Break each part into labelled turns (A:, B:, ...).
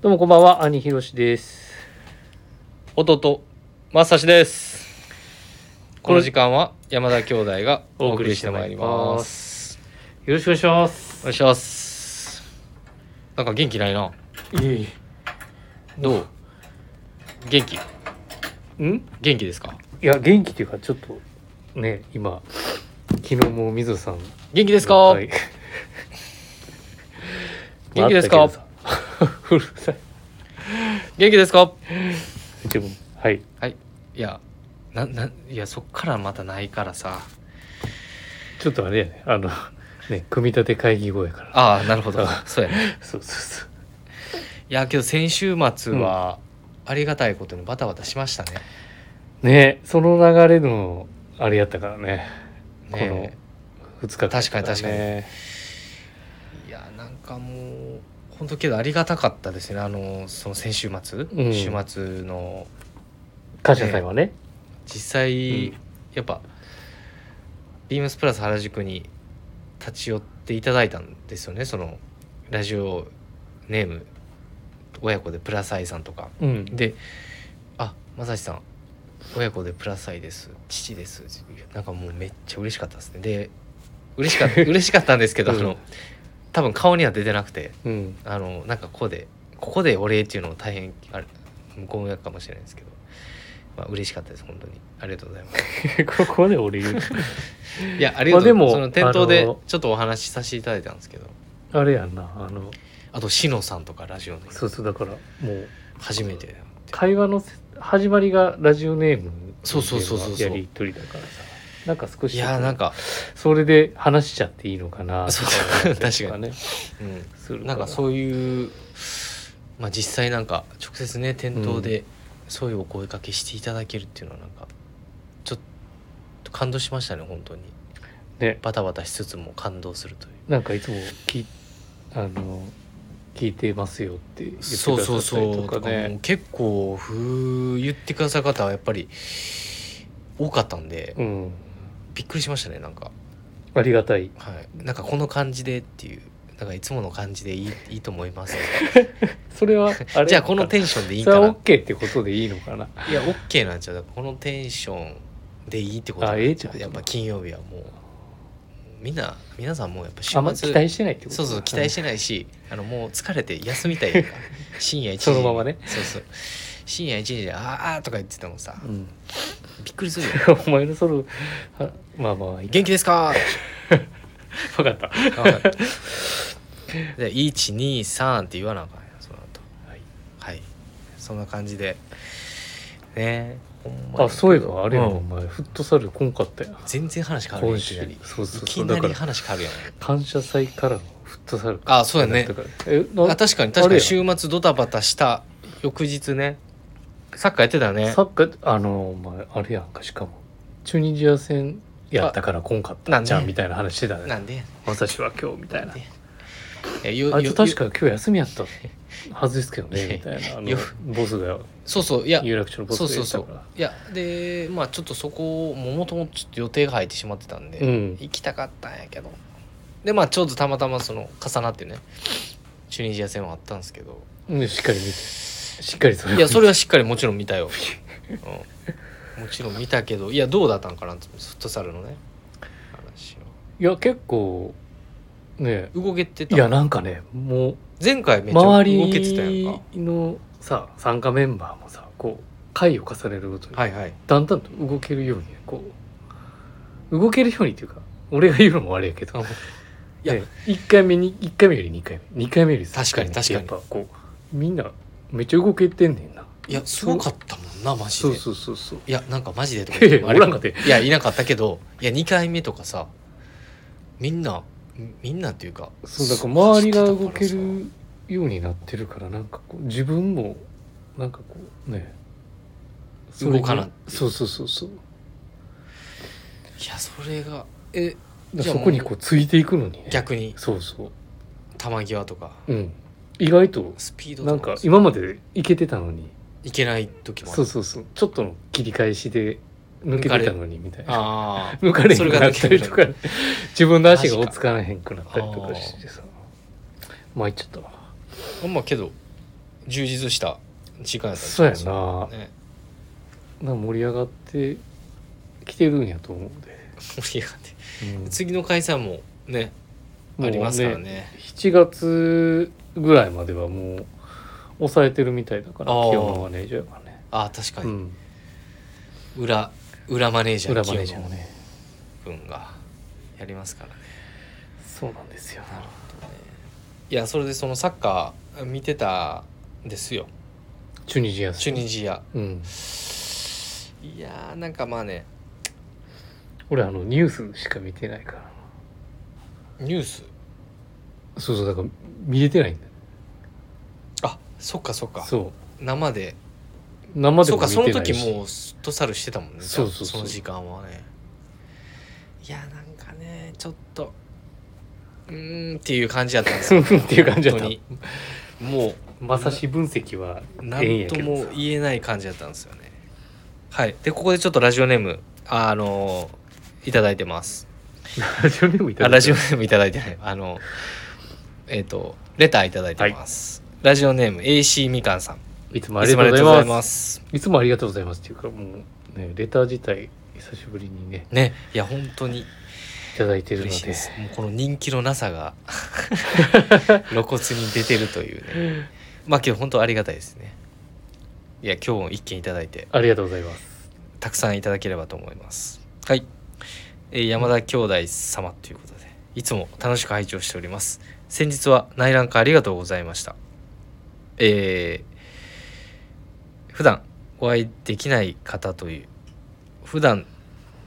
A: どうもこんばんは、兄ひろしです。
B: 弟正志です
A: こ
B: こ
A: の
B: の時間は山田兄弟がお送りしてまいります
A: よろしくお願いします
B: お。願いしますなんか元気ないない
A: えい
B: どう元気
A: え。ん
B: 元気ですか
A: いや、元気というか、ちょっと、ね、今、昨日も水野さんの
B: 元気ですか、
A: 会。
B: 元気ですか
A: まああったけどさ うるさい。
B: 元気ですか
A: でも、はい。
B: はいいやなないやそっからまたないからさ
A: ちょっとあれやね、あの、ね、組み立て会議後やから。
B: ああなるほどそうやね
A: そうそうそう。
B: いやけど先週末はありがたいことにバタバタしましたね、
A: ね、その流れの、あれやったからね。この
B: ね
A: 2日間、
B: 確かに確かにいやなんかもう本当けどありがたかったですねあのその先週末、
A: うん
B: 週末の
A: 感謝祭はね。
B: 実際、
A: うん
B: やっぱビームスプラス原宿に立ち寄っていただいたんですよねそのラジオネーム親子でプラスアイさんとか
A: うん。
B: で「あ正志さん親子でプラスアイです父です」なんかもうめっちゃ嬉しかったですねで嬉しかった嬉しかったんですけど、あ
A: うん
B: の多分顔には出てなくて
A: うん。
B: あのなんかここでここでお礼っていうのも大変あれご迷惑かもしれないですけど、まあ嬉しかったです本当にありがとうございま す
A: ここで俺言う。
B: いやありがとう
A: まあでも
B: その店頭
A: あ
B: で
A: の
B: ちょっとお話しさせていただいたんですけど
A: あれやんな、あの、
B: あと志乃さんとかラジオの
A: そうそう、だから、もう、
B: 初めて
A: 会話のせ始まりがラジオネーム
B: そうそうそうそうそう
A: やりとりだからさ。なんか少し、
B: いやなん、か、
A: それで話しちゃっていいのかな、
B: そう
A: と思ったりとね。
B: うん、
A: する
B: なんか
A: う
B: そういう、まあ、実際なんか直接ね店頭でそういうお声かけしていただけるっていうのはなんかちょっと感動しましたね本当に
A: ね、
B: バタバタしつつも感動するという
A: なんかいつも聞い、あの、聞いてますよって言ってくださ
B: そ
A: っ
B: うそうそ
A: たりと
B: う
A: か
B: とかも
A: ね。
B: 結構ふ言ってくださる方はやっぱり多かったんで、
A: うん。
B: びっくりしましたねなんか、
A: ありがたい。
B: はい、なんかこの感じでっていうなんかいつもの感じでい いいいと思います
A: それは、あれ
B: じゃあこのテンションでいい ん
A: それ
B: か
A: は
B: な
A: OK ってことでいいのかな。
B: いや OK なんちゃうだからこのテンションでいいってこと
A: あええじゃん
B: やっぱ金曜日はもうみんな皆さんもうやっぱ週末
A: あんま期待してないってこと
B: そうそう期待してないしあのもう疲れて休みたい とか深夜1時
A: そのままね
B: そうそう深夜1時で「ああ」とか言っててもさ
A: うん。
B: びっくりするよ
A: お前のソロあまあまあいい
B: 元気ですか
A: 分かった
B: で123って言わなあかんやその後
A: はい
B: はいそんな感じでねほんまに
A: あそういえばあれや
B: うん
A: お前フットサル来んかったやん
B: 全然話変わるや
A: 今
B: んいき
A: 週
B: なり
A: そうそう
B: い
A: そ
B: き
A: う
B: な
A: だか
B: り
A: ら
B: 話変わるやん
A: 感謝祭からのフットサル
B: あそうやね
A: だからえな
B: あ確かに確かに週末ドタバタした翌日ねサッカーやってたよね
A: サッカーあのお前あれやんかしかもチュニジア戦やったから来んかっ
B: あな
A: た
B: んで
A: じゃんみたいな話してたね
B: なんで
A: 私は今日みたいな
B: えよ
A: あい
B: よ
A: つ確か今日休みやったはずですけどねみたいなあの
B: よ
A: ボスが
B: そうそういや
A: 有楽町のボス
B: そ
A: が
B: うそ
A: 言
B: う
A: ってた
B: そ
A: か
B: う
A: ら
B: いやでまあちょっとそこももともとちょっと予定が入ってしまってたんで、
A: うん
B: 行きたかったんやけどでまあちょうどたまたまその重なってねチュニジア戦はあったんですけど
A: うんしっかり見てしっかりそれを
B: いやそれはしっかりもちろん見たよ、うん、もちろん見たけどいやどうだったんかなってフットサルのね話
A: いや結構ね
B: を動けて
A: い
B: た
A: やなんかねもう
B: 前回めっちゃ動
A: 周
B: けてたやんか
A: りのさ参加メンバーもさこう回を重ねるごとに、
B: はいはい
A: だんだんと動けるようにこう動けるようにっていうか俺が言うのもあれやけど、
B: あ
A: ね、
B: いや
A: 1回目に一回目より2回目2回目より三回目
B: 確かに確かに
A: やっぱこうみんなめっちゃ動けてんねんない
B: やすごかったもんなマジ
A: そ
B: で
A: うそうそうそう
B: いやなんかマジでとか
A: いやいや
B: あれ
A: おらんかったよ
B: いやいなかったけどいや2回目とかさみんなみんなっていうか
A: そうだから周りが動け
B: 知ってたから
A: るようになってるからなんかこう自分もなんかこうね
B: 動かなっていう
A: そうそうそうそう
B: さいやそれがえ
A: だか
B: じ
A: ら
B: ゃあ
A: そこにこうついていくのにね
B: 逆に
A: そうそ
B: 球際とか
A: ううん意外と
B: スピードと
A: なんか今までいけてたのに
B: いけない時もあ
A: そう
B: る
A: そうそうちょっとの切り返しで抜けてたのにみたいな
B: あ あ
A: 抜かれへんくなったりと
B: そ
A: か
B: れ
A: 自分の足が追いつかれへんくなったりとかしてさ参っちゃったわ
B: あんまけど充実した時間やったんち
A: そう
B: ゃ
A: やな
B: それね
A: なんか盛り上がってきてるんやと思うで、
B: 盛り上がって
A: うん
B: 次の開催もね
A: もう
B: ありますからね
A: 7月ぐらいまではもう抑えてるみたいだから
B: あー
A: 気温のマネージャーがね、
B: ああ確か
A: う
B: に、
A: ん、
B: 裏裏マネージャー
A: 裏マネージャーがね
B: 清野君がやりますからね
A: そうなんですよ
B: いやそれでそのサッカー見てたんですよ
A: チュニジア
B: チュニジア
A: うん、
B: いやーなんかまあね
A: 俺あのニュースしか見てないから
B: ニュース
A: そうそうだから見れてないんだよ
B: あそっかそっか
A: そう
B: 生で
A: 生で
B: そう
A: も見てな
B: か
A: いし
B: その時もうトサルしてたもんね
A: そうそうそう
B: じゃあその時間はねいやなんかねちょっとうーんっていう感じだったんですよ
A: っていう感じだった
B: 本当にも
A: まさし分析は
B: うな
A: ええん
B: ん
A: や
B: と
A: けど
B: も
A: さ
B: 言えない感じだったんですよねはいでここでちょっとラジオネームああのいただいてます
A: ラジオネームいた
B: あ
A: だ
B: ラ
A: い
B: ジ
A: て
B: オネームいただいてないあのえっ、とレターいただいてます、ラジオネーム AC みかんさん
A: いつもありがとうございますいつ
B: す
A: もありがとうございますっていうかもうねレター自体久しぶりにね
B: ねいや本当に
A: いただいてるの
B: 嬉しい
A: で
B: ですもうこの人気のなさ が露骨に出てるというねまあけど本当ありがたいですねいや今日も一件いただいて
A: ありがとうございます
B: たくさんいただければと思いますはい、えー山田兄弟様ということでいつも楽しく拝聴しております先日は内覧会ありがとうございましたえー普段お会いできない方という普段、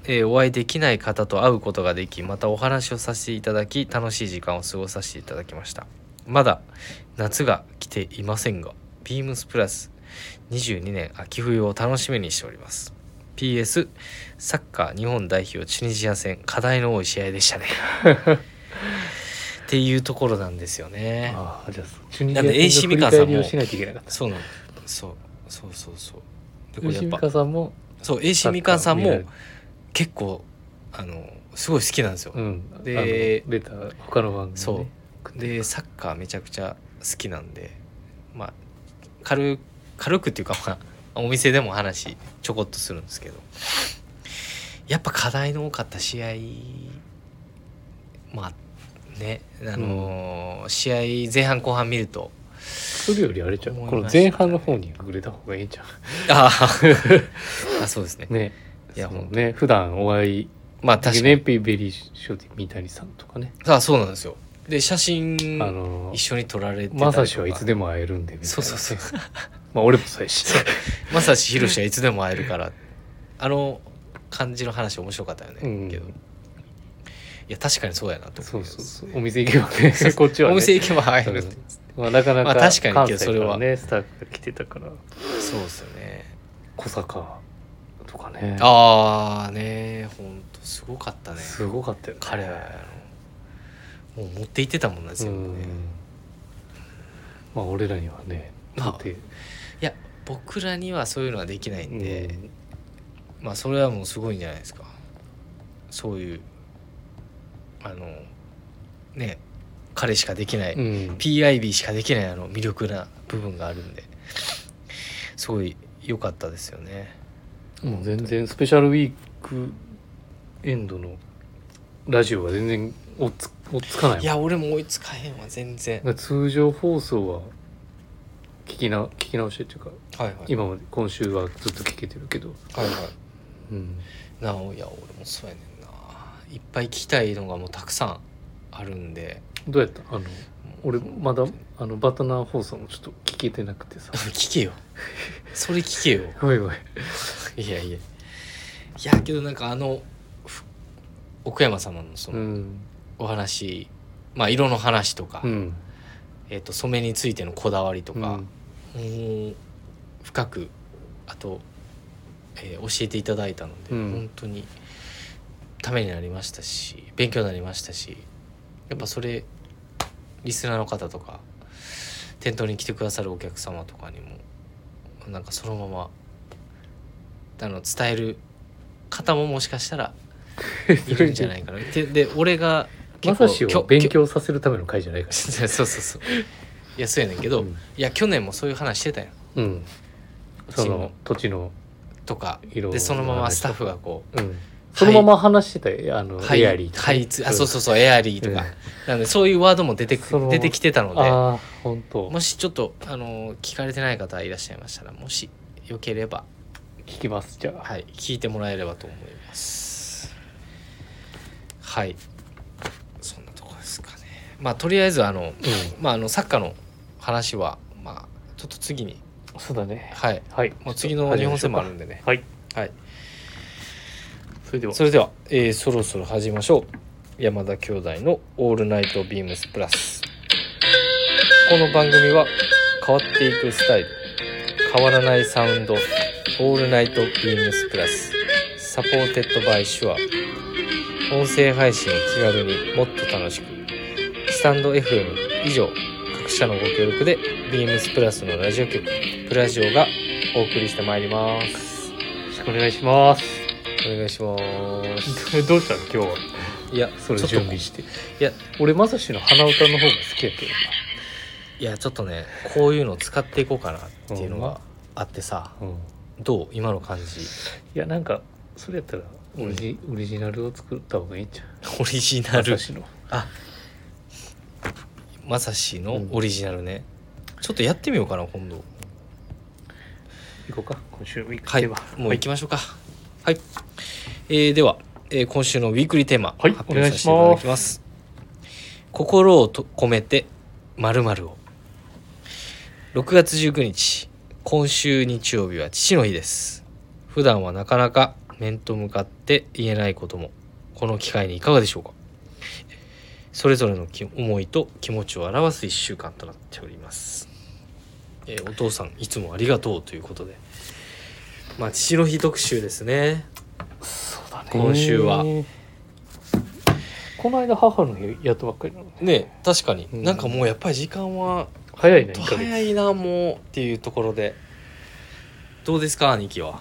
B: えーお会いできない方と会うことができまたお話をさせていただき楽しい時間を過ごさせていただきましたまだ夏が来ていませんがビームスプラス22年秋冬を楽しみにしております PS サッカー日本代表チュニジア戦課題の多い試合でしたねっていうところなんですよね
A: ああじゃあチュニジ
B: な
A: ア
B: んで AC
A: 戦の振り返りをしないといけなかった
B: そうなのそうそうそうそうでこれ
A: 牛
B: や
A: 美香
B: っぱ
A: さんも
B: そう AC みかんさん
A: サッカー
B: も
A: 見ら
B: 結構あのすごい好きなんですよ、
A: れうん
B: で
A: あのレター他の番組ね
B: そうでサッカーめちゃくちゃ好きなんでまあ軽軽くっていうかまあお店でも話ちょこっとするんですけどやっぱ課題の多かった試合まあねあのー試合前半後半見ると
A: それよりあれじゃん
B: 思いま
A: この
B: したね
A: 前半の方に触れた方がいいじゃん
B: あー あそうですね
A: ね
B: いや
A: そ
B: ほ
A: うん
B: と
A: ね普段お会い
B: まあ確か
A: ネ
B: に
A: ピベリーショティ三谷さんとかね
B: あそうなんですよで写真
A: あの
B: 一緒に撮られてたりとか
A: まさしはいつでも会えるんでみたいな
B: そうそうそう
A: まあ俺もそうやし
B: まさしひろしはいつでも会えるからあの感じの話面白かったよね、
A: うん
B: けどいや確かにそうやなと
A: そ
B: 思
A: う
B: う
A: そうそうお店行けばねこっちは、ね、
B: お店行けば会えるって、
A: まあ、なかなか
B: まあ確かに
A: 関
B: けど
A: 西
B: それ
A: から
B: は
A: ねスタッフが来てたから
B: そうですよね
A: 小坂とかね
B: ああねほんとすごかったね
A: すごかったよね
B: 彼はあのもう持って行ってたもんなんです
A: う
B: よね、
A: ん
B: い
A: まあ俺らにはね
B: まあ
A: だって
B: や僕らにはそういうのはできないんで、
A: うん
B: まあそれはもうすごいんじゃないですかそういうあのね彼しかできない、
A: うん、
B: PIB しかできないあの魅力な部分があるんですごい良かったですよね
A: もう全然スペシャルウィークエンドのラジオは全然追っつ追っつかないもん
B: いや俺も追いつかへんわ全然
A: だから通常放送は聞きな聞き直してっていうか
B: はいはい
A: 今まで今週はずっと聞けてるけど、
B: はいは
A: うん、
B: いなおいや俺もそうやねんないっぱい聞きたいのがもうたくさんあるんで
A: どうやったあの俺
B: もう
A: まだあのバタナー放送もちょっと聞けてなくてさ
B: 聞けよそれ聞けよ
A: ごいごい
B: いやいやいやけどなんかあのふ奥山様のそうの
A: ん
B: お話、まあ色の話とか、
A: うん
B: えっと染めについてのこだわりと
A: う
B: か、
A: ん
B: もう深くあと、えー教えていただいたので、
A: うん
B: 本当にためになりましたし勉強になりましたしやっぱそれリスナーの方とか店頭に来てくださるお客様とかにもなんかそのままあの伝える方ももしかしたらいるんじ ゃないかな。でで俺が
A: ま
B: 結構
A: さし
B: きょ
A: を勉強させるための会じゃないか
B: そうそうそう。いいやそうやねんけど、
A: うん
B: いや去年もそういう話してたやん
A: うんその土地の
B: とか
A: 色々
B: でそのままスタッフがこう
A: うんそのまま話してたよあの、
B: はい
A: エアリーとか
B: はいつあそうそうそうエアリーと
A: う
B: か、
A: ん
B: なんでそういうワードも出て
A: そ
B: く
A: の
B: 出てきてたので
A: ああ本当
B: もしちょっとあの聞かれてない方いらっしゃいましたらもしよければ
A: 聞きますじゃあ
B: はい聞いてもらえればと思いますはいそんなとこですかねまあとりあえずあの、まああのサッカーの話はまあちょっと次に
A: そうだね
B: はい
A: はい
B: もう次の日本戦もあるんでね
A: はい
B: はい
A: それでは
B: それでは、えーそろそろ始めましょう山田兄弟の「オールナイトビームスプラス」この番組は変わっていくスタイル変わらないサウンド「オールナイトビームスプラス」サポーテッドバイシュア音声配信を気軽にもっと楽しくスタンド FM 以上各社のご協力でビームスプラスのラジオ局プラジオがお送りしてまいります
A: よろしくお願いします
B: お願いします
A: どうしたの今日はい
B: や
A: それ
B: ちょっと
A: 準備して
B: いや
A: 俺まさしの鼻歌の方が好きやけ
B: いやちょっとねこういうの使っていこうかなっていうの
A: ほん
B: が
A: ま
B: あってさ
A: どな、うん、い
B: どう今の感じ
A: やなんかそれやったらオリジ,、オリジナルを作った方がいいんじゃん
B: オリジナル
A: まさしの
B: あまさしのオリジナルね、ちょっとやってみようかな今度
A: 行こうか今週ウィーク
B: はい
A: では
B: もう行きましょうかはい、えーでは、えー今週のウィークリーテーマ、
A: はい
B: 発表させていただきます心をと込めて〇〇を6月19日今週日曜日は父の日です普段はなかなか面と向かって言えないこともこの機会にいかがでしょうかそれぞれのき思いと気持ちを表す1週間となっております、えーお父さんいつもありがとうということでまあ父の日特集ですね
A: そうだね
B: 今週は
A: この間母の日やったばっかりなのね
B: ね確かに、
A: うん
B: なんかもうやっぱり時間は
A: 早いね1ヶ月
B: 早いなもうっていうところでどうですか兄貴は、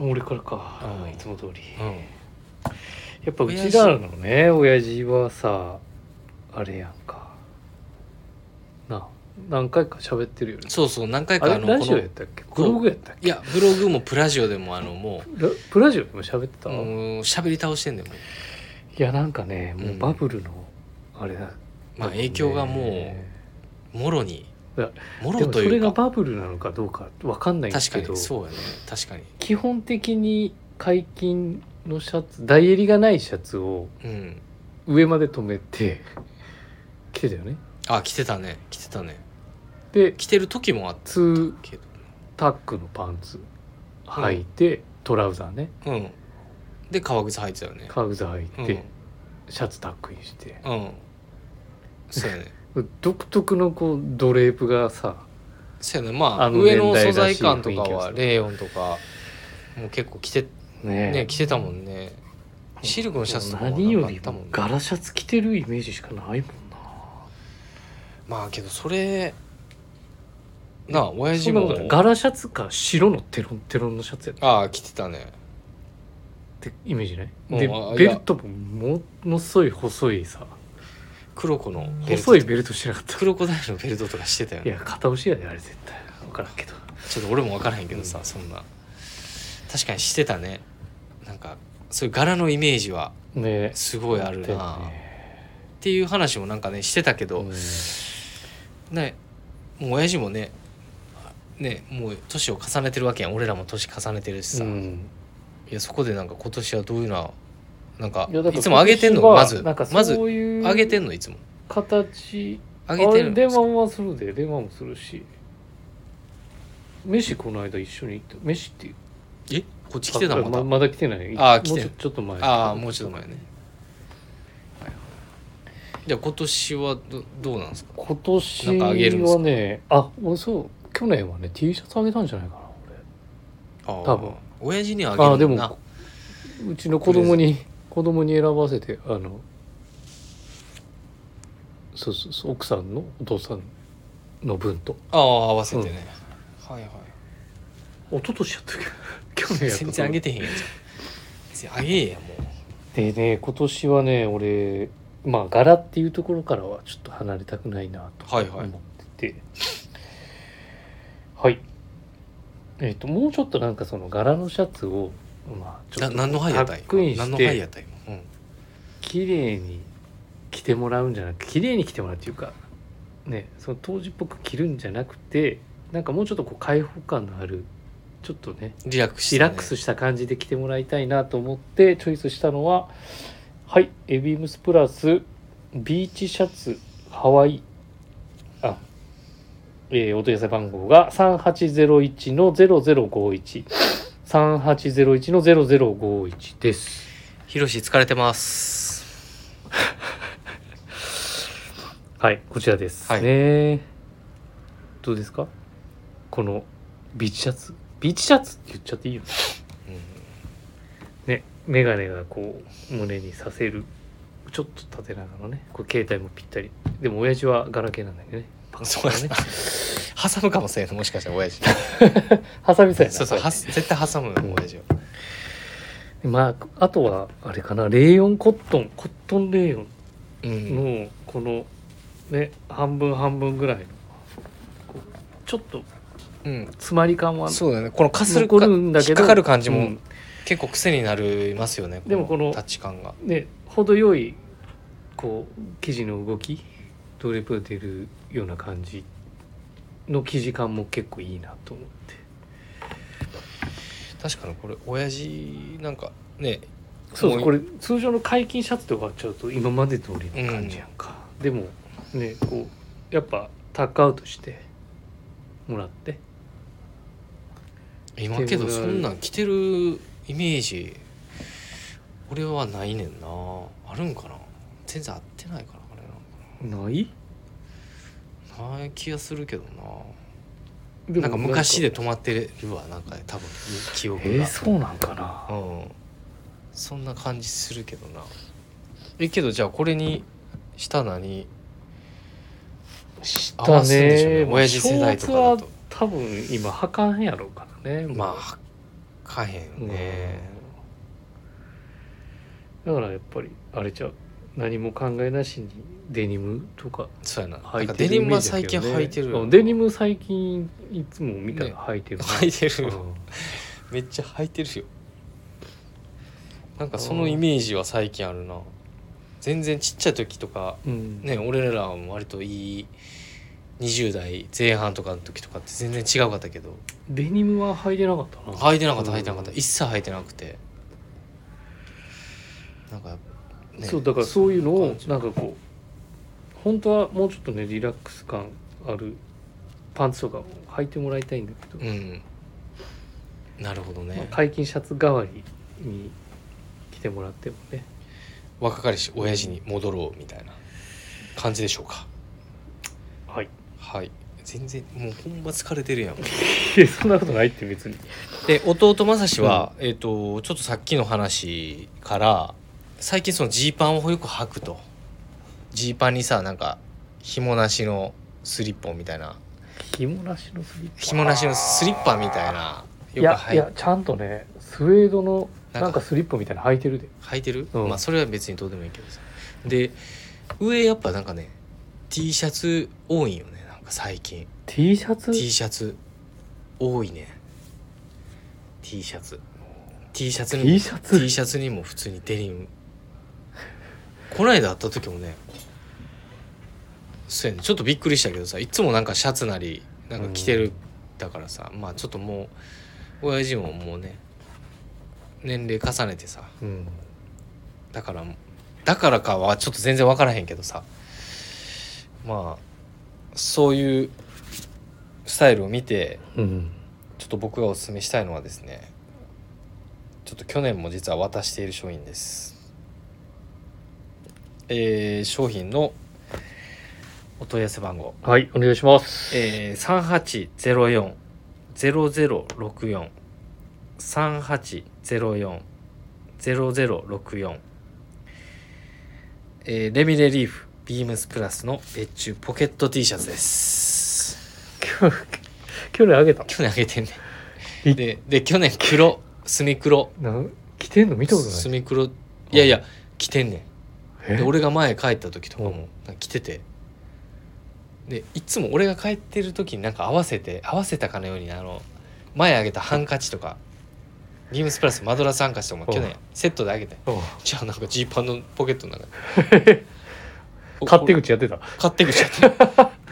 A: 俺からか、
B: うん
A: いつも通り
B: うん、
A: やっぱうちらのね親父はさあれやんかな何回か喋ってるよね
B: そうそう何回
A: あ
B: か
A: れ
B: あの
A: ラ
B: こ
A: ジオ
B: の
A: やったっけブログやったっけ
B: いやブログもプラジオでもあのも
A: ラプラジオでも喋って
B: う
A: た、い
B: もう喋り倒してんでもう
A: やなんかねもううんバブルのあれだ、
B: まあ影響がもうもろに
A: いや
B: も
A: う
B: ろ
A: でもそ
B: とい
A: れが
B: うか
A: バブルなのかどうかわかんないんです
B: 確か
A: けど
B: にそうやね確かに
A: 基本的に解禁のシャツ大襟がないシャツを
B: うん
A: 上まで止めて着てたよね
B: あ来てたね来てたね
A: で
B: 来てる時もあった
A: ツー
B: けど
A: タックのパンツ履いて、トラウザーね
B: うんで革靴履いてたよね
A: カウザー
B: う
A: 履い
B: ん
A: て、シャツタックインして
B: うんそうやね
A: 独特のこうドレープがさ
B: そうやねまあ
A: あの
B: 上の
A: 年代
B: 素
A: らし
B: 材
A: い
B: 感とか
A: 雰囲気がす
B: は
A: る
B: レーヨンとかもう結構着て
A: ね
B: ね着てたもんねシルクのシャツとかも
A: 何よ
B: な
A: り
B: んかあったも
A: も
B: んね
A: 柄シャツ着てるイメージしかないもんな
B: まあけどそれなあ親
A: そ
B: 父
A: んなこ
B: も
A: とない柄シャツか白のテロンテロンのシャツやっ
B: ああ着てたね
A: てイメージね
B: うん
A: で
B: あいや
A: ベルトもものすごい細いさ
B: 黒子のベルト
A: 細いベルトしてなかった
B: 黒子ダイルのベルトとかしてたよ
A: い
B: ね
A: や片押しやであれ絶対分からんけど
B: ちょっと俺も分からへんけどさ、
A: うん
B: そんな確かにしてたねなんかそういう柄のイメージは
A: ね
B: すごいある
A: だよ
B: なっ
A: ね
B: ていう話もなんかねしてたけど、
A: うん
B: ねもう親父もねねもう年を重ねてるわけやん俺らも年重ねてるしさ、
A: う
B: い
A: ん
B: やそこでなんか今年はどういうななんか
A: い
B: い
A: やだから
B: つも上げてんの
A: 今
B: ま
A: 年
B: ず
A: はなんか
B: まず
A: そういう
B: 上げてんのいつも
A: 形
B: 上げ
A: あ
B: てる
A: 電話はするで電話もするし飯この間一緒に行った飯っていう
B: えこっち来てた
A: あ
B: また、
A: まだ来てない
B: あー来て
A: もうちょちょっと前
B: ああもうちょっと前ねじゃあ今年はどどうなんですか
A: 今年
B: なんかあげるんです
A: はねあもうそう去年はね T シャツあげたんじゃないかな
B: あー
A: 多分
B: 親父には
A: 俺あ
B: あ
A: ー
B: げ
A: で
B: るもんな
A: もうちの子供に子供に選ばせてあのそうそうそう奥さんのお父さんの分と
B: ああ合わせてね、はいはい
A: 一昨年やったっけ 去年やった
B: 全然上げてへんやんじゃん全然上げえやもう
A: でね今年はね俺まあ柄っていうところからはちょっと離れたくないなと
B: はい
A: 思
B: はい
A: っててはい、えっ、ともうちょっとなんかその柄のシャツをまあちょ
B: な
A: っと
B: 何の牌やったん
A: タックイン
B: 今何
A: し
B: の牌や
A: て
B: った今、うん、
A: 綺麗に着てもらうんじゃなく綺麗に着てもらうっていうかねその当時っぽく着るんじゃなくてなんかもうちょっとこう開放感のあるちょっとね
B: リラックスして、
A: リ
B: ね、
A: ラックスした感じで着てもらいたいなと思ってチョイスしたのははいエビームスプラスビーチシャツハワイあえーお問い合わせ番号が3801の0051 3801の0051です
B: ヒロシ疲れてます
A: はいこちらです
B: はい
A: ね、どうですかこのビーチシャツビーチシャツって言っちゃっていいよね
B: うん
A: ね、眼鏡がこう胸にさせるちょっと縦長のねこれ携帯もぴったりでも親父はガラケーなんだけどね
B: そうやね 挟むかもしれないもしかしたら親父
A: ハサミさえな
B: そうそ
A: こ
B: う
A: れ
B: はす絶対挟む
A: うん
B: 親父を
A: まああとはあれかなレーヨンコットンコットンレーヨ
B: う
A: ン
B: ん
A: のこのね半分半分ぐらいのこうちょっと
B: うん
A: 詰まり感は
B: そうだねこのかするか
A: 残るんだけど
B: 引っかかる感じ
A: う
B: も
A: ん
B: 結構癖になりますよね
A: でもこの
B: タッチ感が
A: ね程よいこう生地の動きドレプ出るような感じの生地感も結構いいなと思って
B: 確かにこれ親父なんかね
A: そうそう
B: もう
A: これ通常の解禁シャツで終わっちゃうと今まで通りの感じやんか、でもねこうやっぱタックアウトしてもらって
B: 今けどそんなん着てるイメージ俺はないねんなあるんかな全然合ってないからあれな
A: ない
B: んかなない気がするけど
A: でも
B: ななんか昔で
A: なんか
B: 止まってるわなんか多分記憶が、
A: えー、そうなんかな
B: うんそんな感じするけどなえけどじゃあこれにした何
A: し
B: 合わせるんでしょうね
A: た
B: 親父世代とかだ
A: ショーツ
B: と
A: は多分今はかんやろうからねもう
B: まあかへんよね
A: うんだからやっぱりあれちゃう何も考えなしにデニムとか
B: そうやなな
A: 履
B: ん
A: い
B: か
A: て
B: デ
A: るイ
B: ニム
A: メー
B: は
A: ジだ
B: 最
A: け
B: 近
A: どね
B: 履いてるよ
A: うんデニム最近いつも見たら履いてるね
B: 履いてるよ
A: うん
B: めっちゃ履いてるよなんかそのイメージは最近あるな全然ちっちゃい時とか
A: うん
B: ね俺らは割といい20代前半とかの時とかって全然違うかったけど
A: デニムは履いてなかったな
B: 履いてなかった履いてなかった
A: うん
B: 一切履いてなくてなんか、ね
A: そうだからそういうのを
B: 感じ
A: なんかこう本当はもうちょっとねリラックス感あるパンツとかを履いてもらいたいんだけど、
B: うんなるほど
A: まあ
B: ね
A: 解禁シャツ代わりに着てもらってもね
B: 若かりし親父に戻ろうみたいな感じでしょうか
A: はい
B: はい全然もうほんま疲れてるやん
A: そんなことないって別に
B: で弟正志は、えっ、とちょっとさっきの話から最近そのジーパンをよく履くとジーパンにさなんか紐なしのスリッポンみたいな
A: 紐なしのスリッパ
B: 紐なしのスリッパみたいなよ
A: い
B: く
A: やい
B: 履い
A: やちゃんとねスウェードの
B: なんか
A: なんかスリップみたいなの履いてるで
B: 履いてる、
A: うん
B: まあそれは別にどうでもいいけどさで上やっぱなんかね T シャツ多いんよねなんか最近
A: T シャツ
B: T シャツ多いね T シャツ T シャツにも
A: T シャツ
B: T シャツにも普通にデニムこないだ会った時もねそうやねちょっとびっくりしたけどさいつもなんかシャツなりなんか着てる、
A: うん
B: だからさまあちょっともう親父ももうね年齢重ねてさ
A: うん
B: だからだからかはちょっと全然分からへんけどさまあそういうスタイルを見て
A: うん
B: ちょっと僕がおすすめしたいのはですねちょっと去年も実は渡している商品ですえー商品のお問い合わせ番号
A: はいお願いします
B: えー、3804-0064 3804-0064えーレミレリーフビームスプラスの別注ポケット T シャツです
A: 今日去年あげた
B: 去年あげてんねでで去年黒墨黒
A: な着てんの見たことない
B: 墨黒いやいや着てんねん
A: え
B: で俺が前帰った時とかも
A: うん
B: なんか来ててでいつも俺が帰ってる時になんか合わせて合わせたかのようにあの前あげたハンカチとかビームスプラスマドラスハンカチとかも去
A: う
B: 年
A: ん
B: セットであげて
A: うん
B: じゃあなんかジーパンのポケットの中にお
A: 勝手口やってた
B: 買ってくち ゃって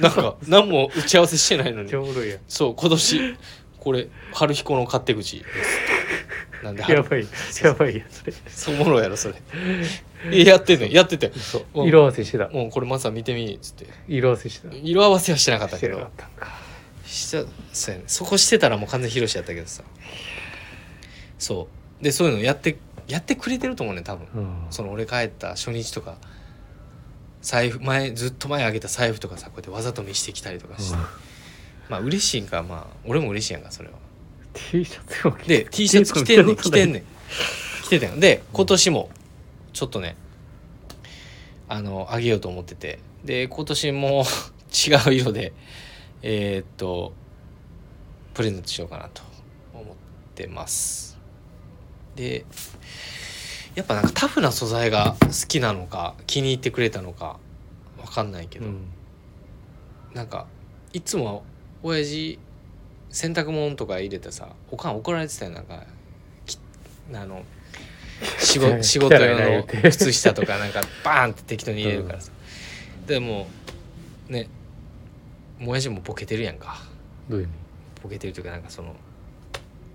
B: なんか何も打ち合わせしてないのに
A: ちょうどいいや
B: そう今年これ春彦の勝手口ですなんで
A: やばいやばいやつで
B: そうおもろいやろそれえやってんのやっててうん
A: 色合わせしてた
B: もうこれまずは見てみっつって
A: 色合わせしてた
B: 色合わせはしてなかった
A: して
B: け
A: なか
B: ど
A: ったんか
B: したそうやねそこしてたらもう完全にヒロシやったけどさそうでそういうのやってやってくれてると思うね多分
A: うん
B: その俺帰った初日とか財布前ずっと前あげた財布とかさこうやってわざと見してきたりとかして、
A: うん
B: まあ嬉しいんかまあ俺も嬉しいやんかそれは
A: T シャツを着
B: で T シャツ着てんねん着てんねん着てたよで今年もちょっとねあのあげようと思っててで今年も 違う色でえーっとプレゼントしようかなと思ってますでやっぱなんかタフな素材が好きなのか気に入ってくれたのかわかんないけど、
A: うん
B: なんかいつも親父洗濯物とか入れてさおかん怒られてたよなんかきあの仕
A: 汚
B: 事
A: い
B: 仕事
A: 汚
B: 用
A: い言
B: の
A: うて
B: 靴下とかなんかバーンって適当に入れるからさ、でもねもう親父もボケてるやんか
A: どういう
B: ボケてるというかなんかその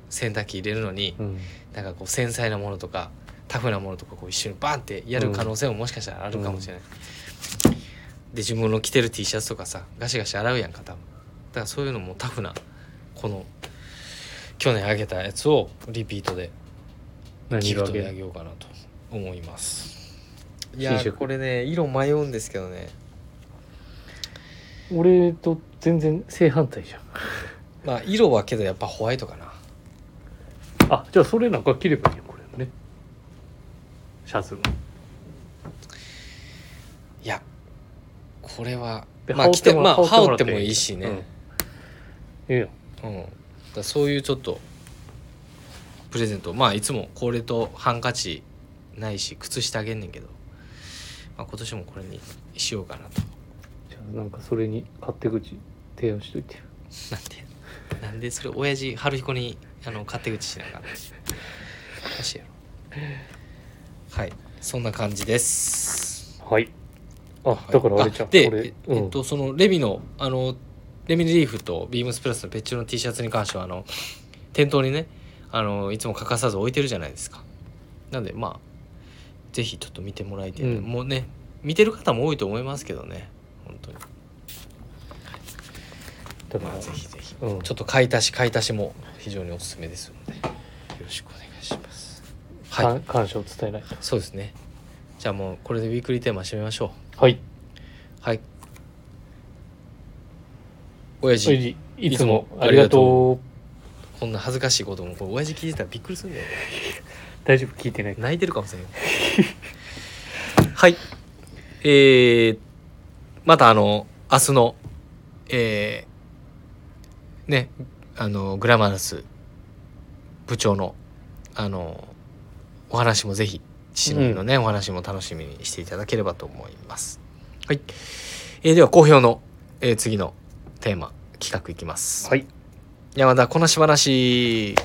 B: 洗濯機入れるのに
A: 意味うん
B: なんかこう繊細なものとかタフなものとかこう一緒にバーンってやる可能性ももしかしたらあるかもしれない、で自分の着てる T シャツとかさガシガシ洗うやんか多分だからそういうのもタフなこの去年あげたやつをリピートで
A: 何
B: ギフ
A: が
B: ト
A: あ
B: であ
A: げ
B: げようかなと思いますい
A: 新
B: や
A: 色
B: これね色迷うんですけどね
A: 俺と全然正反対じゃん
B: まあ色はけどやっぱホワイトかな
A: あじゃあそれなんか着ればいいよこれねシャツの
B: いやこれは
A: で
B: まあ着てまあ羽織って
A: ら
B: もいいしね、
A: うんええよ
B: うん、だからそういうちょっとプレゼントまあいつもこれとハンカチないし靴下あげんねんけど、まあ、今年もこれにしようかなと
A: じゃあなんかそれに勝手口提案しといてよ
B: なんでなんでそれ親父春彦にあの勝手口しながらおかしいやろはいそんな感じです
A: はいあ、
B: はい
A: だからあれじゃん
B: あで、
A: これ
B: ええっとそのレミのあのレミリーフとビームスプラスの別注の T シャツに関してはあの店頭にねあのいつも欠かさず置いてるじゃないですかなんでまあぜひちょっと見てもらいたい、
A: うん
B: もうね見てる方も多いと思いますけどね本当に
A: だか
B: ま
A: ら
B: あぜひぜひ、
A: うん
B: ちょっと買い足し買い足しも非常におすすめですのでよろしくお願いしますはい、
A: か感謝を伝えないと
B: そうですねじゃあもうこれでウィークリーテーマ締めましょう
A: はい
B: はい親
A: それ
B: 父
A: でいつもありがとう
B: こんな恥ずかしいこともこれ親父聞いてたらびっくりするんだよ
A: 大丈夫聞いてない
B: 泣いてるかもしれない はいえー、またあの明日のえー、ねあのグラマラス部長のあのお話もぜひ父の日のね、お話も楽しみにしていただければと思いますはい、えー、では好評の、えー次のテーマ企画いきます、
A: はい
B: 山田こなし話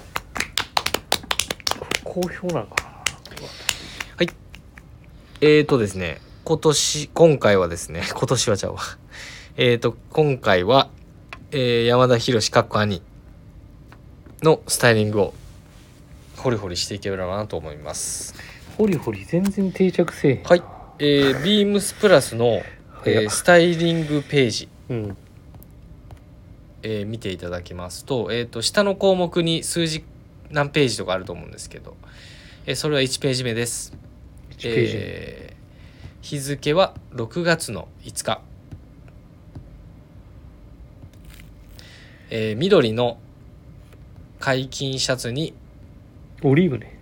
A: 好評なのかな
B: えーとですね、今年、今回はですね、 今年はちゃうわ。えーと、今回は、えー山田博士かっこ兄のスタイリングを、ホリホリしていければなと思います。
A: ホリホリ全然定着せえへんな
B: はいえー、ビームスプラスの、えースタイリングページ、
A: うん
B: えー見ていただきますと,、えー、と下の項目に数字何ページとかあると思うんですけど、えーそれは1ページ目です。
A: 1ページ目
B: えー日付は6月の5日、えー緑の解禁シャツに
A: オリーブね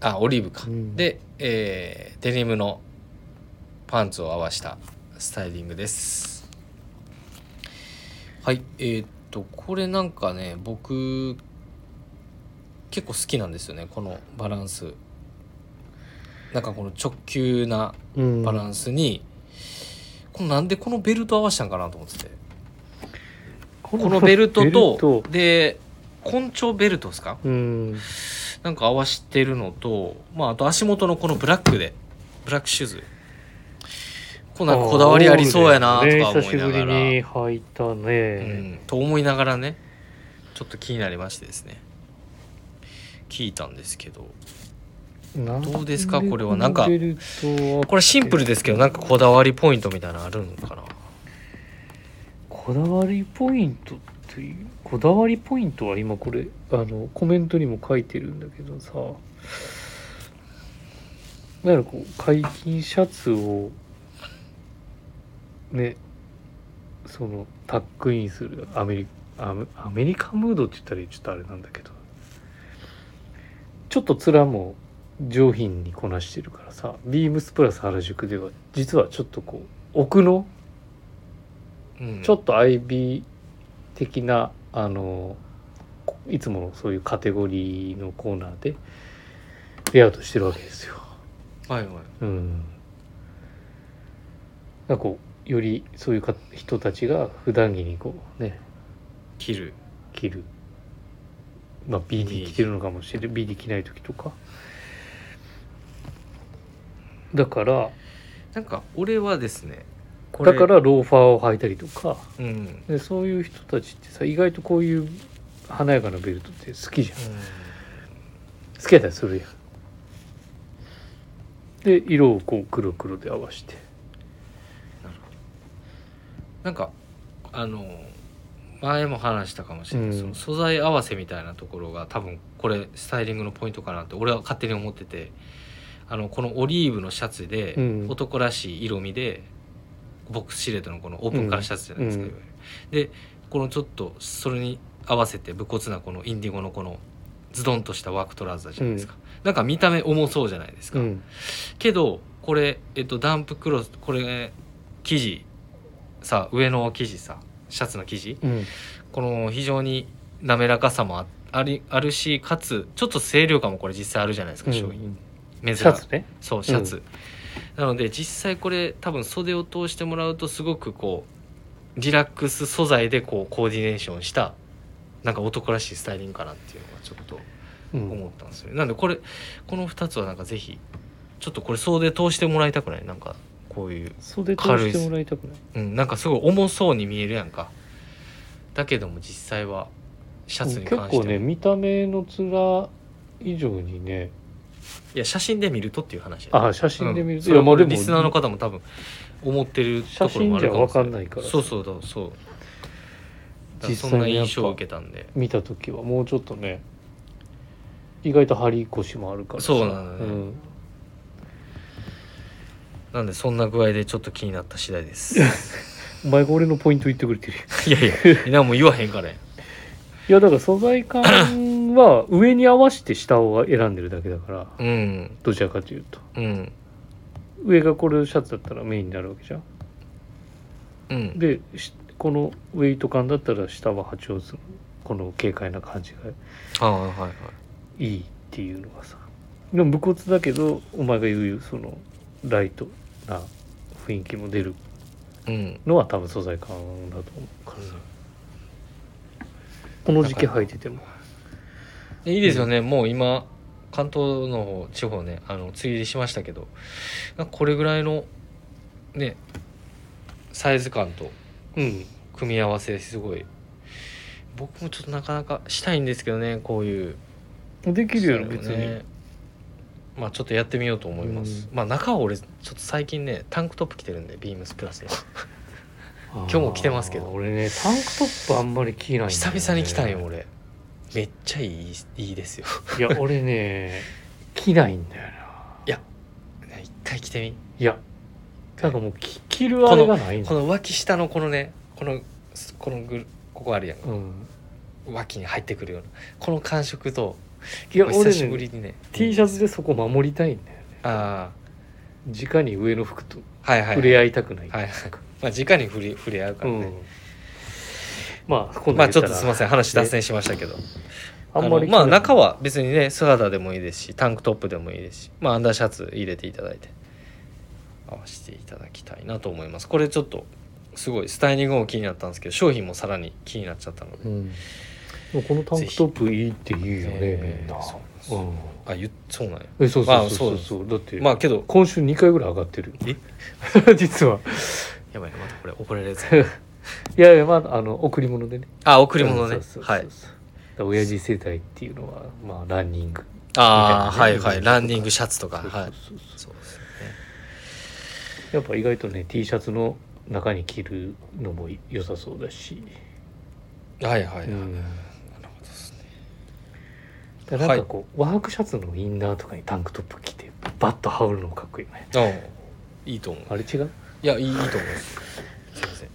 B: あオリーブか、
A: うん
B: で、えーデニムのパンツを合わせたスタイリングですはいえーっとこれなんかね僕結構好きなんですよねこのバランスなんかこの直球な
A: うん
B: バランスに、このなんでこのベルト合わせたんかなと思ってて
A: こ
B: このベルト
A: ベ
B: と
A: ルト
B: で根性ベルトですか
A: うん
B: なんか合わせてるのと、まあ、あと足元のこのブラックでブラックシューズこうなんかこだわりありそうやなとか思いながら、
A: ね、久しぶりに履いた
B: う
A: ね、
B: ん、と思いながらねちょっと気になりましてですね聞いたんですけど
A: なん
B: どうですかこれはなんか
A: ベルトは
B: これシンプルですけどなんかこだわりポイントみたいなのあるのかな
A: こだわりポイントっていうこだわりポイントは今これあのコメントにも書いてるんだけどさだからこう解禁シャツをねそのタックインするアメリアメアメリカムードって言ったらちょっとあれなんだけどちょっと面も上品にこなしてるからさビームスプラス原宿では実はちょっとこう奥の
B: うん
A: ちょっと IB 的なあのこいつものそういうカテゴリーのコーナーでレイアウトしてるわけですよ。
B: はいはい
A: うん、なんかこうよりそういうか人たちが普段着にこうね
B: 切る
A: 着る、まあ、BD 着てるのかもしれない BD 着ない時とか。だから
B: なんか俺はですねこれ
A: だからローファーを履いたりとか。
B: うん、うん
A: でそういう人たちってさ意外とこういう華やかなベルトって好きじゃん好きやったりするやんで色をこう黒黒で合わせて
B: なんかあの前も話したかもしれない、
A: うん
B: その素材合わせみたいなところが多分これスタイリングのポイントかなって俺は勝手に思っててあのこのオリーブのシャツで、
A: うん
B: 男らしい色味でボックスシルエットのこのオープンカラーシャツじゃないですか、
A: うん
B: いわゆるでこのちょっとそれに合わせて武骨なこのインディゴのこのズドンとしたワークトラウザーじゃないですか、なんか見た目重そうじゃないですか、
A: うん
B: けどこれ、えっと、ダンプクロスこれ生地さ上の生地さシャツの生地
A: うん
B: この非常に滑らかさもあありあるしかつちょっと清涼感もこれ実際あるじゃないですか、商品珍し
A: シャツね
B: そうシャツ、なので実際これ多分袖を通してもらうとすごくこうリラックス素材でこうコーディネーションしたなんか男らしいスタイリングかなっていうのはちょっと
A: うん
B: 思ったんですよね、なんでこれこの2つはなんかぜひちょっとこれ袖通してもらいたくないなんかこういう、
A: 袖通
B: 軽い
A: し
B: っす
A: てもらいたくない
B: うん、なんかすごい重そうに見えるやんかだけども実際はシャツに
A: 結
B: 関して
A: 構
B: は、
A: ね見た目の面以上にね
B: いや写真で見るとっていう話やね
A: あ写真で見ると、
B: うん、いやまあ
A: で
B: リスナーの方も多分思ってると
A: 写
B: ころも
A: 真
B: あ
A: じ
B: る
A: ゃ
B: かも
A: 分
B: し
A: か
B: れない
A: んないから
B: そうそうだそうだから
A: 実
B: そ
A: 際
B: んな
A: にやっぱ
B: 印象を受けたんで
A: 見た時はもうちょっとね意外と張り腰もあるからさ
B: そうなのね
A: ん
B: なんでそんな具合でちょっと気になった次第です い
A: お前が俺のポイント言ってくれてるよ
B: やいやみんなもう言わへんからや
A: いやだから素材感は上に合わせて下を選んでるだけだから
B: うん
A: どちらかというと
B: うん
A: 上がこれのシャツだったらメインになるわけじゃん
B: うん
A: でしこのウェイト感だったら下は八王子のこの軽快な感じが
B: はいはいはい
A: いいっていうのがさでも武骨だけどお前が言うそのライトな雰囲気も出る
B: うん
A: のは多分素材感だと思うからさこの時期履いてても
B: いいですよね、もう今関東の方地方ねあの梅雨入りしましたけどなんかこれぐらいのねサイズ感と
A: うん
B: 組み合わせすごい僕もちょっとなかなかしたいんですけどねこういう
A: できるよ
B: それを
A: 別に、
B: ねまあちょっとやってみようと思います、まあ中は俺ちょっと最近ねタンクトップ着てるんでビームスプラスの
A: 今
B: 日も着てますけど
A: 俺ねタンクトップあんまり着ないんだよ
B: 久
A: ね、
B: 々に着たんよ俺めっちゃいいいいですよ
A: いや俺ね着ないんだよな
B: ね一回着てみ
A: いやなんかもう着着るあれがないんだ
B: この脇下のこのねこのすこのぐるここあるやん
A: うん、
B: 脇に入ってくるようなこの感触と
A: いや
B: 久
A: 俺
B: しぶり
A: ね
B: にね
A: T シャツでそこ守りたいんだよね
B: あ
A: 直に上の服と
B: あはいはい
A: 触れ合
B: い
A: いたくない、
B: はいはいまあ直に触れ触れ合うか
A: う
B: ら
A: ん
B: ね、
A: まあ今度
B: まあ
A: 言た
B: ちょっ
A: ら
B: とすいません話脱線しましたけど
A: あ
B: あ
A: んまり
B: のまあ
A: 着ない
B: 中は別にね姿でもいいですしタンクトップでもいいですしまあアンダーシャツ入れていただいて合わせていただきたいなと思いますこれちょっとすごいスタイリングも気になったんですけど商品もさらに気になっちゃったので
A: うん、でもこのタンクトップいいって言うよね、
B: えー
A: みんな
B: そうなんです
A: うん
B: あゆそうなんや
A: えそうそうそうそうそう、だって、
B: まあけど
A: 今週2回ぐらい上がってる
B: え
A: 実は
B: やばいなまたこれ怒られるやつ
A: いやいやまああの贈り物でね
B: あ贈り物ね
A: そうそうそうそう
B: はい
A: だから親父世代っていうのはまあランニング
B: ああ
A: みた
B: はい
A: ないね
B: はいランニングシャツとか
A: そう
B: はい
A: そうそう
B: そうです
A: や
B: よ
A: っぱ意外とね T シャツの中に着るのも良さそうだし、
B: ねはいはいはい、
A: うん
B: なるほどですね
A: だからなんかこう、ワークシャツのインナーとかにタンクトップ着てバッと羽織るのもかっこいいよね
B: うんいいと思う
A: あれ違う、
B: いやいいいいと思いますすいません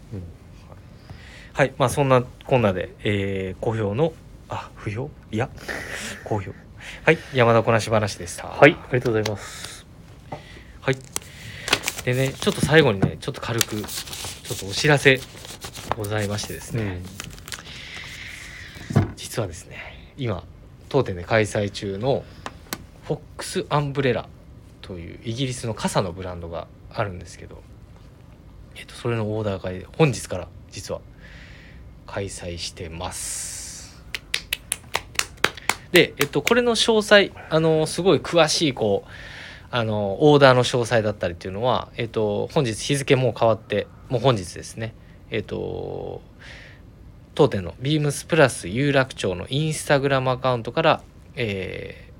B: はいまあそんなこんなで、えー、好評のあ不評いや好評はい山田こなし話でした
A: はいありがとうございます
B: はいでねちょっと最後にねちょっと軽くちょっとお知らせございましてですね、
A: ね
B: 実はですね今当店で開催中のフォックス・アンブレラというイギリスの傘のブランドがあるんですけど、えっと、それのオーダー会で本日から実は開催してますで、えっと、これの詳細あのすごい詳しいこうあのオーダーの詳細だったりっていうのは、えっと、本日日付もう変わってもう本日ですねえっと当店のビームスプラス有楽町のインスタグラムアカウントから、えー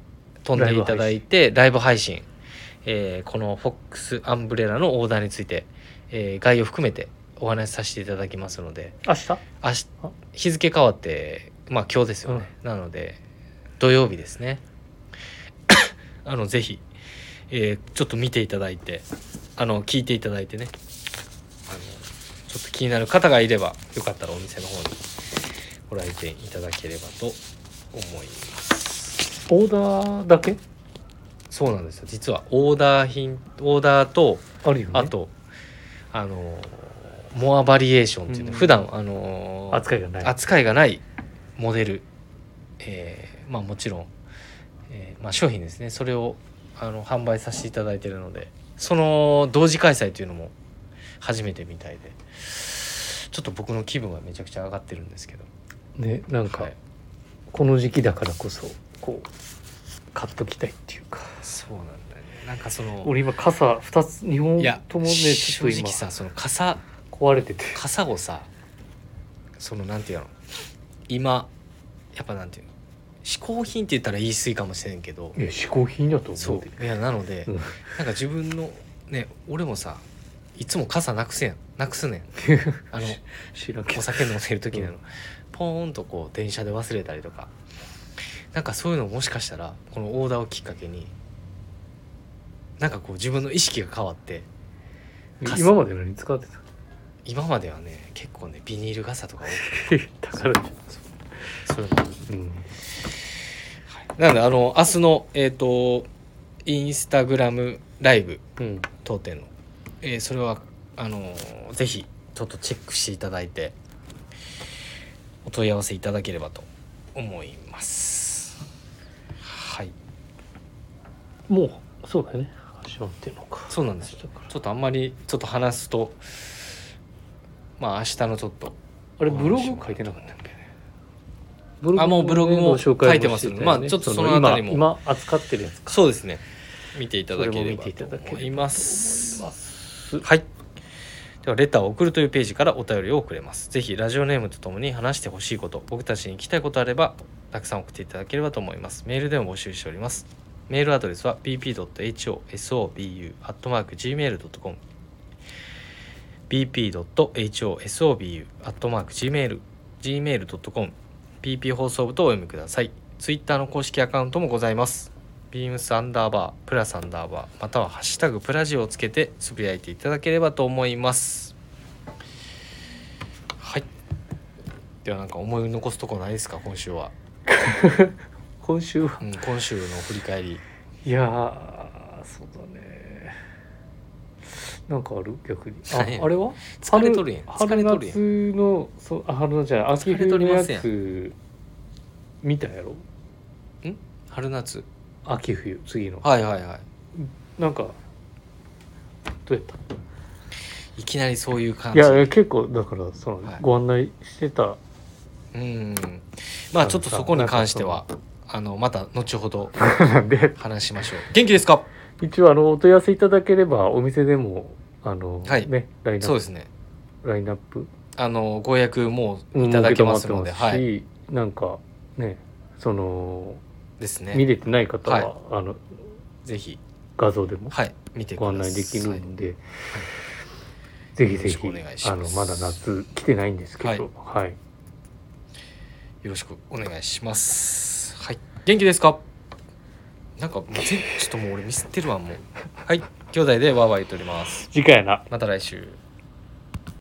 B: 飛んでいただいてライブ配信えーこの FOX アンブレラのオーダーについて、えー概要含めてお話しさせていただきますので
A: 明日
B: 明日日付変わってまあ今日ですよね、なので土曜日ですね あのぜひ、えーちょっと見ていただいてあの聞いていただいてねあのちょっと気になる方がいればよかったらお店の方にご来店いただければと思います
A: オーダーだけ
B: そうなんですよ実はオーダー品オーダーと
A: あるよね
B: あとあのモアバリエーションっていう
A: う
B: ね、
A: ん
B: 普段あの
A: 扱いがない
B: 扱いがないモデル、えーまあもちろん、えーまあ、商品ですねそれをあの販売させていただいているのでその同時開催というのも初めてみたいでちょっと僕の気分はめちゃくちゃ上がってるんですけど
A: ねなんか、
B: はい
A: この時期だからこそこう買っときたいっていうか
B: そうなんだよねなんかその
A: 俺今傘2つ2本
B: いや
A: ともねちょっと
B: 正
A: 今
B: 直さその傘
A: 壊れてて
B: 傘をさそのなんていうの今やっぱなんていうの嗜好品って言ったら言い過ぎかもしれんけど
A: いや嗜好品だと思
B: そう
A: で
B: ういやなので、
A: うん
B: なんか自分のね俺もさいつも傘なくせんなくす ねんあの
A: 知らんけ
B: お
A: ど
B: 酒飲んでる時なの、
A: うん
B: ポーンとこう電車で忘れたりとかなんかそういうのもしかしたらこのオーダーをきっかけになんかこう自分の意識が変わって傘
A: 今まで何使ってた
B: 今まではね結構ねビニール傘とか多く
A: だから
B: てそれも
A: うん
B: なのであの明日のえっ、とインスタグラムライブ
A: うん
B: 当店の、えーそれはあのーぜひちょっとチェックしていただいてお問い合わせいただければと思いますはい
A: もうそうだよね始まってるのか
B: そうなんですよちょっとあんまりちょっと話すとまあ明日のちょっと
A: あれブログ書いてなかったっけねブ
B: あもうブログも
A: ご紹介
B: 書いてま
A: し
B: す
A: てたよ
B: まあちょっとそのあたりも
A: 今今扱ってるやつか
B: そうですね見ていただ
A: そ
B: け
A: れ
B: れ
A: も見
B: ば
A: ていただければ
B: と思います
A: ます
B: はい。では、レターを送るというページからお便りを送れます。ぜひ、ラジオネームとともに話してほしいこと、僕たちに聞きたいことあれば、たくさん送っていただければと思います。メールでも募集しております。メールアドレスは bp.hosobu.gmail.com bp.hosobu.gmail.com bp 放送部とお読みください。Twitter の公式アカウントもございます。ビームスアンダーバープラスアンダーバーまたは「ハッシュタグプラジオ」をつけてつぶやいていただければと思いますはいではなんか思い残すとこないですか今週は、
A: 今週は
B: うん、今週の振り返り
A: いやーそうだねなんかある逆にあ
B: ない
A: あれは
B: 疲れとるやん疲
A: 春
B: れとるやん
A: 春夏のそうあ春夏じゃない秋
B: 疲れと
A: 冬
B: り
A: の
B: ま
A: や
B: すやん
A: つ見たやろ
B: 春夏
A: 秋冬次の
B: はいはいはい
A: なんかどうやった
B: いきなりそういう
A: い
B: 感じ
A: や結構だからその、
B: はい
A: ご案内してた
B: うんまあちょっとそこに関してはあのまた後ほど
A: なんで
B: 話しましょう元気ですか
A: 一応あのお問い合わせいただければお店でもあの、
B: はい
A: ねラインナ
B: そう
A: ッ
B: で
A: プ
B: すね
A: ラインナップ
B: あのご予約もういただけますので
A: 受け止まっ
B: は
A: て
B: い
A: しなんかねその、
B: です
A: 見
B: ね
A: れてない方は、
B: はい
A: あの
B: ぜひ
A: 画像でも
B: はい見てく
A: ご
B: ださ
A: 案
B: い
A: 内できるんで、ぜひぜひ
B: よろしくお願いし
A: あ
B: ま
A: の
B: す
A: まだ夏来てないんですけどはい、
B: よろしくお願いします。はい、元気ですか。なんか、全ちょっともう俺ミスってるわ、もう。はい、兄弟でワーワー言っております。
A: 次回やな
B: また来週。